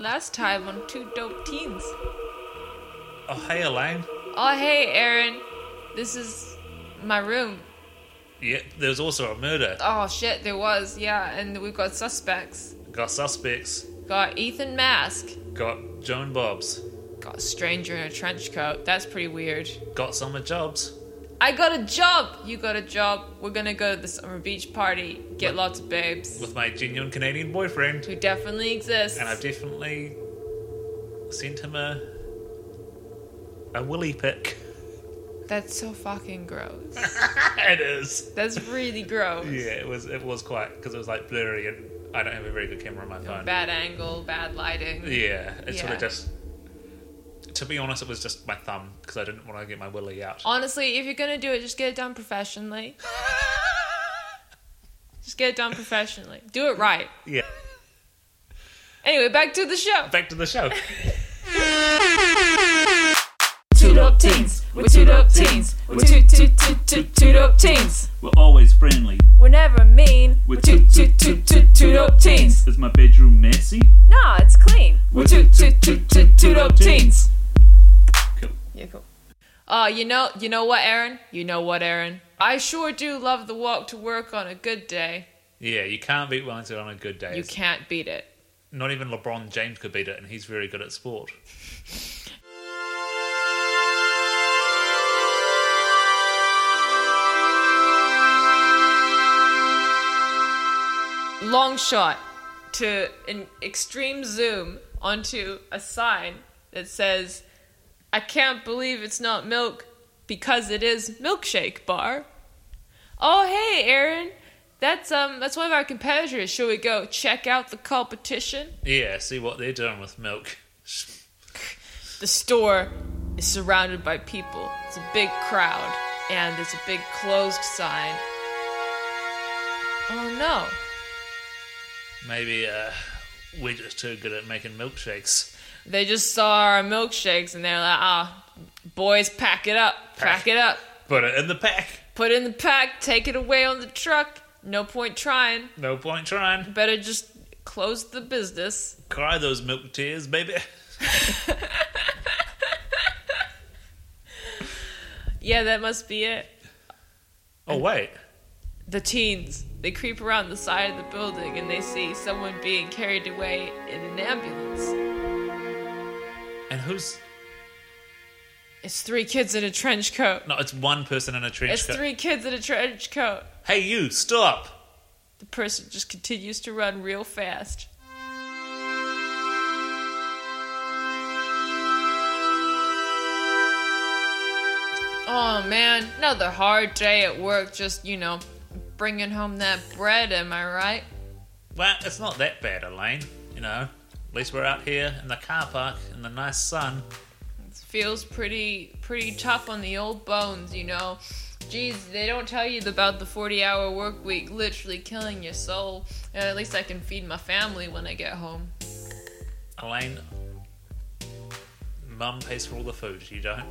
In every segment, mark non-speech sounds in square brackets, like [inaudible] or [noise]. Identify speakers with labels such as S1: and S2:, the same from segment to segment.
S1: last time on Two Dope Teens.
S2: Oh, hey, Elaine.
S1: Oh, hey, Aaron. This is my room.
S2: Yeah, there was also a murder.
S1: Oh, shit, there was. Yeah, and we've got suspects.
S2: Got suspects.
S1: Got Ethan Mask.
S2: Got Joan Bobs.
S1: Got a stranger in a trench coat. That's pretty weird.
S2: Got summer jobs.
S1: I got a job! You got a job. We're gonna go to the summer beach party, get lots of babes.
S2: With my genuine Canadian boyfriend.
S1: Who definitely exists.
S2: And I've definitely sent him a a willy pick. [laughs]
S1: That's so fucking gross.
S2: it is.
S1: That's really gross.
S2: [laughs] Yeah, it was. It was quite because it was like blurry, and I don't have a very good camera on my phone.
S1: Bad angle, bad lighting.
S2: Yeah, it's sort
S1: Yeah.
S2: of just. To be honest, it was just my thumb because I didn't want to get my willy out.
S1: Honestly, if you're gonna do it, just get it done professionally. just get it done professionally. Do it right.
S2: [laughs] Yeah.
S1: Anyway, back to the show.
S2: Back to the show.
S3: Two dope teens. We're two dope teens. We're two two two two two dope teens.
S4: We're always friendly.
S3: We're never mean. We're
S4: We're
S3: two two two two two dope teens.
S4: Is my bedroom messy?
S3: Nah, it's clean. We're two two two two two dope teens.
S1: Yeah, cool. Uh, you know, you know what, Aaron? You know what, Aaron? I sure do love the walk to work on a good day.
S2: yeah, you can't beat Wellington on a good day.
S1: You
S2: It's-
S1: can't beat it.
S2: Not even LeBron James could beat it, and he's very good at sport.
S1: long shot to an extreme zoom onto a sign that says, I can't believe it's not milk because it is milkshake bar. Oh hey Aaron, that's um that's one of our competitors. Should we go check out the competition?
S2: Yeah, see what they're doing with milk.
S1: The store is surrounded by people. It's a big crowd, and there's a big closed sign. Oh no.
S2: Maybe uh, we're just too good at making milkshakes.
S1: They just saw our milkshakes and they're like, ah, boys, pack it up, pack it up,
S2: Put it in the pack.
S1: put it in the pack, take it away on the truck. No point trying.
S2: No point trying.
S1: Better just close the business.
S2: Cry those milk tears, baby.
S1: Yeah, that must be it.
S2: Oh wait,
S1: The teens, they creep around the side of the building and they see someone being carried away in an ambulance.
S2: and who's?
S1: It's three kids in a trench coat.
S2: No, it's one person in a trench
S1: It's
S2: coat.
S1: three kids in a trench coat.
S2: Hey, you! Stop.
S1: The person just continues to run real fast. Oh man, another hard day at work, just, you know, bringing home that bread, am I right?
S2: Well, it's not that bad, Elaine. You know, at least we're out here in the car park in the nice sun.
S1: It feels pretty, pretty tough on the old bones, you know? Geez, they don't tell you about the 40 hour work week literally killing your soul. And at least I can feed my family when I get home.
S2: Elaine, Mum pays for all the food. You don't.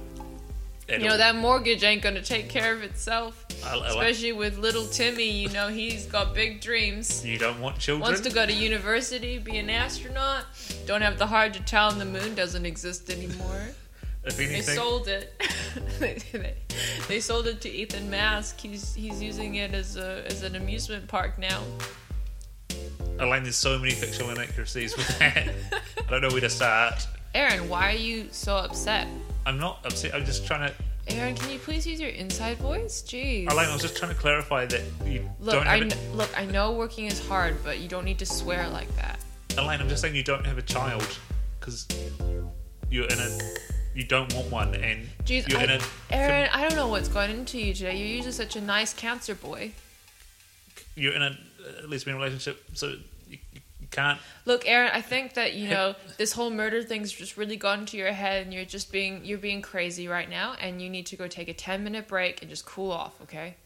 S2: At
S1: You know,
S2: all.
S1: that mortgage ain't gonna take care of itself.
S2: I'll- I'll-
S1: Especially with little Timmy, you know, he's got big dreams.
S2: You don't want children.
S1: Wants to go to university, be an astronaut. Don't have the heart to tell him the moon doesn't exist anymore.
S2: if
S1: They
S2: anything,
S1: sold it. [laughs] They- they sold it to Ethan Mask. He's he's using it as a as an amusement
S2: [laughs]
S1: park now.
S2: Elaine, there's so many fictional inaccuracies with that. I don't know where to start.
S1: Aaron, why are you so upset?
S2: I'm not upset. I'm just trying to.
S1: Aaron, can you please use your inside voice? Jeez.
S2: Elaine, I was just trying to clarify that you
S1: Look,
S2: don't
S1: I
S2: have.
S1: kn-
S2: a,
S1: look, I know working is hard, but you don't need to swear like that.
S2: Elaine, I'm just saying you don't have a child because you're in a. You don't want one, and
S1: Jeez,
S2: you're
S1: I,
S2: in a.
S1: Aaron, I don't know what's gone into you today. You're usually such a nice cancer boy.
S2: You're in a at least in a relationship, so you, you can't.
S1: Look, Aaron, I think that you know this whole murder thing's just really gone into your head, and you're just being you're being crazy right now, and you need to go take a ten minute break and just cool off. Okay,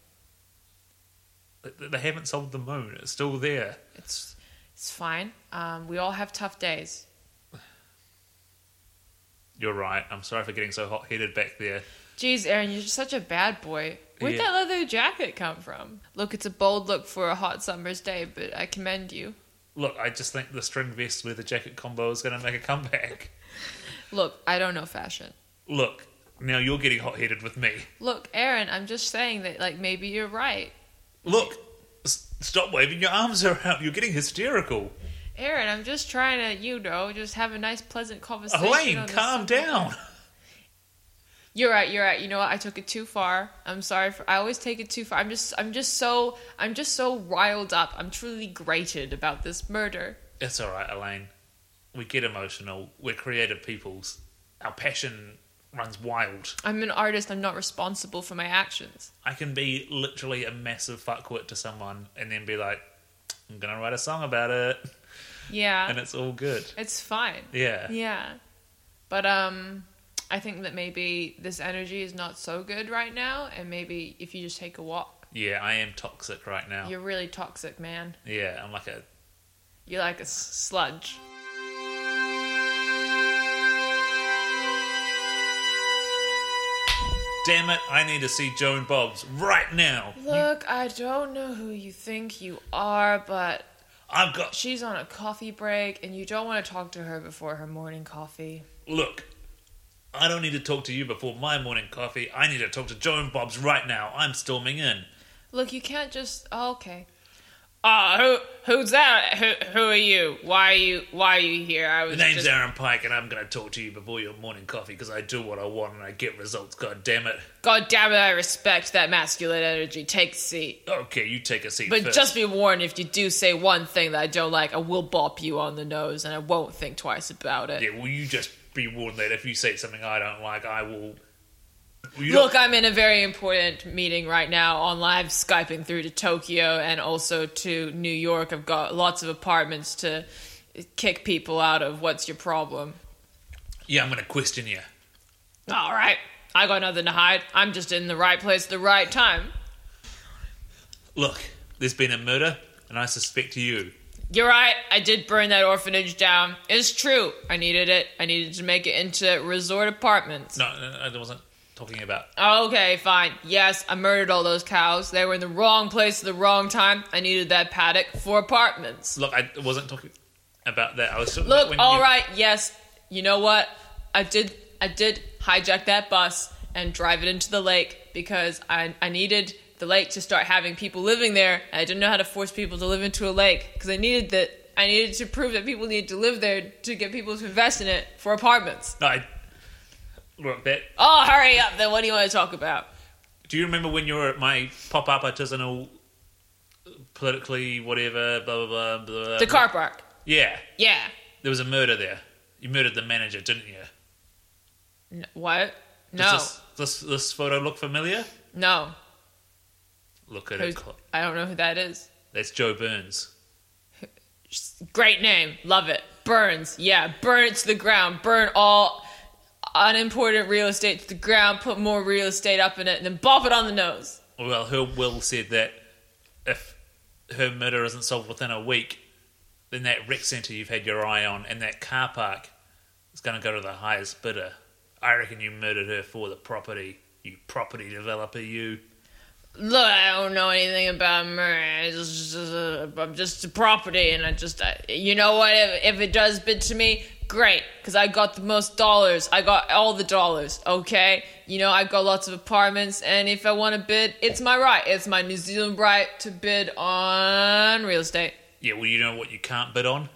S2: They haven't sold the moon. It's still there.
S1: it's it's fine. Um, we all have tough days.
S2: You're right. I'm sorry for getting so hot headed back there.
S1: Jeez, Aaron, you're just such a bad boy. Where'd
S2: Yeah.
S1: that leather jacket come from? Look, it's a bold look for a hot summer's day, but I commend you.
S2: Look, I just think the string vest leather jacket combo is going to make a comeback.
S1: Look, I don't know fashion.
S2: Look, now you're getting hot headed with me.
S1: Look, Aaron, I'm just saying that like maybe you're right.
S2: Look, s- stop waving your arms around. You're getting hysterical.
S1: Aaron, I'm just trying to, you know, just have a nice, pleasant conversation. on
S2: Elaine,
S1: this
S2: calm
S1: subject.
S2: down.
S1: You're right. You're right. You know what? I took it too far. I'm sorry for. I always take it too far. I'm just. I'm just so. I'm just so riled up. I'm truly grated about this murder.
S2: It's all right, Elaine. We get emotional. We're creative peoples. Our passion runs wild.
S1: I'm an artist. I'm not responsible for my actions.
S2: I can be literally a massive fuckwit to someone and then be like, I'm going to write a song about it.
S1: Yeah,
S2: And it's all good.
S1: it's fine.
S2: Yeah.
S1: Yeah, but um, I think that maybe this energy is not so good right now, and maybe if you just take a walk,
S2: Yeah, I am toxic right now.
S1: you're really toxic, man.
S2: Yeah, I'm like a.
S1: You're like a s- sludge.
S2: Damn it, I need to see Joe and Bob's right now.
S1: Look, I don't know who you think you are, but
S2: I've got.
S1: she's on a coffee break and you don't want to talk to her before her morning coffee.
S2: Look, I don't need to talk to you before my morning coffee. I need to talk to Joe and Bob's right now. I'm storming in.
S1: Look, you can't just oh, okay. Uh, who who's that? Who who are you? Why are you why are you here? I
S2: The
S1: was
S2: name's
S1: just
S2: Aaron Pike, and I'm going to talk to you before your morning coffee because I do what I want and I get results, god damn it.
S1: God damn it, I respect that masculine energy. Take a seat.
S2: Okay, you take a seat
S1: But
S2: first.
S1: just be warned if you do say one thing that I don't like, I will bop you on the nose and I won't think twice about it.
S2: Yeah, well, you just be warned that if you say something I don't like, I will. You don't-
S1: Look, I'm in a very important meeting right now on live Skyping through to Tokyo and also to New York. I've got lots of apartments to kick people out of. What's your problem?
S2: Yeah, I'm going to question you.
S1: All right. I got nothing to hide. I'm just in the right place at the right time.
S2: Look, there's been a murder, and I suspect you.
S1: You're right. I did burn that orphanage down. It's true. I needed it. I needed to make it into resort apartments.
S2: No, no, no, I wasn't talking about.
S1: Okay, fine. Yes, I murdered all those cows. They were in the wrong place at the wrong time. I needed that paddock for apartments.
S2: Look, I wasn't talking about that. I was talking about
S1: Look,
S2: when
S1: all
S2: you-
S1: right, yes. You know what? I did I did hijack that bus and drive it into the lake because I I needed the lake to start having people living there. And I didn't know how to force people to live into a lake because I needed that I needed to prove that people needed to live there to get people to invest in it for apartments.
S2: No, I, look, that.
S1: Oh, hurry up. Then what do you want to talk about?
S2: Do you remember when you were at my pop up artisanal, politically whatever, blah blah blah blah.
S1: Uh, The car park.
S2: Yeah,
S1: Yeah.
S2: there was a murder there. You murdered the manager, didn't you?
S1: N- what?
S2: Does
S1: No.
S2: This, this this photo look familiar?
S1: No.
S2: Look at
S1: Who's-
S2: it. clo-
S1: I don't know who that is.
S2: That's Joe Burns.
S1: Great name. Love it. Burns. Yeah, burn it to the ground. Burn all unimportant real estate to the ground. Put more real estate up in it and then bop it on the nose.
S2: Well, her will said that if her murder isn't solved within a week, then that rec centre you've had your eye on and that car park is going to go to the highest bidder. I reckon you murdered her for the property, you property developer, you.
S1: Look, I don't know anything about Murray. It's just- just, uh, I'm just a property, and I just, I, you know what? If, if it does bid to me, great, because I got the most dollars. I got all the dollars, okay? You know, I've got lots of apartments, and if I want to bid, it's my right. It's my New Zealand right to bid on real estate.
S2: Yeah, well, you know what you can't bid on?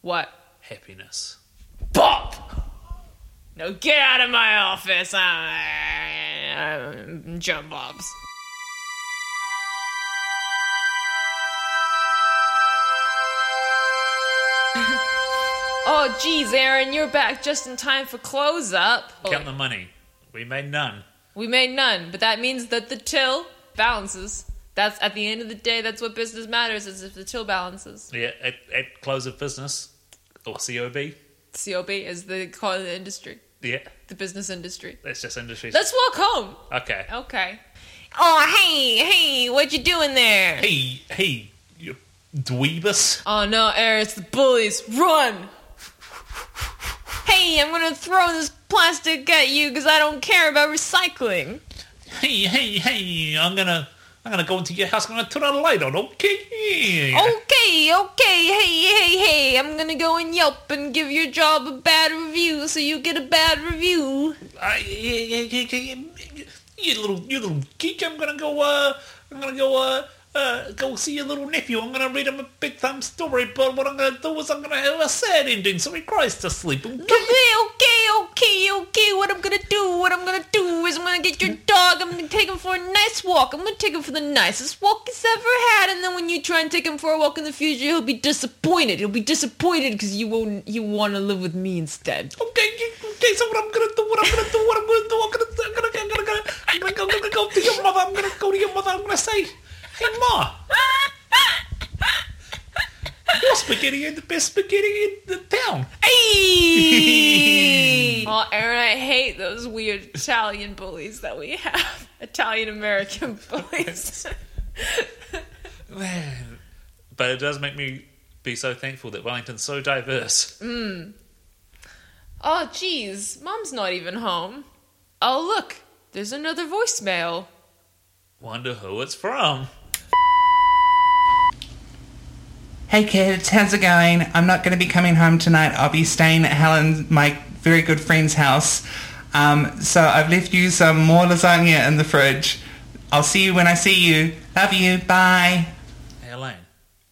S1: What?
S2: Happiness.
S1: Bop! No, get out of my office. I'm, I'm Joe Bob's. [laughs] oh, geez, Aaron, you're back just in time for close up.
S2: Count the money. We made none.
S1: we made none, but that means that the till balances. That's at the end of the day. That's what business matters. Is if the till balances.
S2: Yeah, at, at close of business, or COB.
S1: COB is the call of the industry,
S2: Yeah,
S1: the business industry.
S2: that's just industry.
S1: Let's walk home.
S2: okay.
S1: Okay. Oh, hey, hey, what you doing there?
S2: Hey, hey, you dweebus.
S1: Oh no, Eric, it's the bullies. Run! Hey, I'm gonna throw this plastic at you because I don't care about recycling.
S2: hey, hey, hey, I'm gonna, I'm going to go into your house. I'm going to turn on a light on. Okay.
S1: Oh. Okay, okay, hey, hey, hey, I'm gonna go and Yelp and give your job a bad review so you get a bad review.
S2: I, yeah, yeah, yeah, yeah, yeah. You little, you little geek. I'm gonna go. Uh, I'm gonna go. Uh, uh, go see your little nephew. I'm gonna read him a big time story. But what I'm gonna do is I'm gonna have a sad ending so he cries to sleep. Okay.
S1: Okay, okay, okay, okay, what I'm gonna do, what I'm gonna do is I'm gonna get your dog, I'm gonna take him for a nice walk, I'm gonna take him for the nicest walk he's ever had, and then when you try and take him for a walk in the future, he'll be disappointed. He'll be disappointed because you won't, you wanna live with me instead.
S2: Okay. yeah, Okay. So what I'm gonna do? What I'm gonna do? What I'm gonna do? I'm gonna. I'm gonna. I'm gonna. go- I'm gonna go, I'm gonna go to your mother. I'm gonna go to your mother. I'm gonna say, Hey, ma. Your spaghetti ain't the best spaghetti in the town.
S1: [laughs]
S2: Hey.
S1: Oh, Aaron, I hate those weird Italian bullies that we have. Italian American bullies. [laughs]
S2: Man. But it does make me be so thankful that Wellington's so diverse.
S1: oh, jeez, mom's not even home. Oh, look, there's another voicemail.
S2: Wonder who it's from.
S5: Hey kids, how's it going? I'm not going to be coming home tonight. I'll be staying at Helen, my very good friend's house. Um, so I've left you some more lasagna in the fridge. I'll see you when I see you. Love you. Bye.
S2: Hey, Elaine.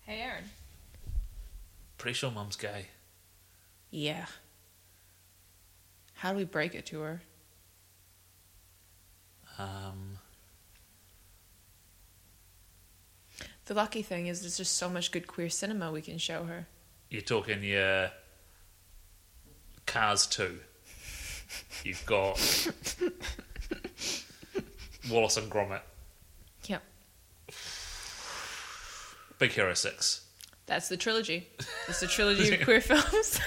S1: Hey, Aaron.
S2: Pretty sure mum's gay.
S1: Yeah. How do we break it to her?
S2: Um,
S1: The lucky thing is there's just so much good queer cinema we can show her.
S2: you're talking your Cars 2. You've got Wallace and Gromit,
S1: Yep.
S2: Big Hero 6.
S1: [laughs] That's the trilogy. It's the trilogy of queer films.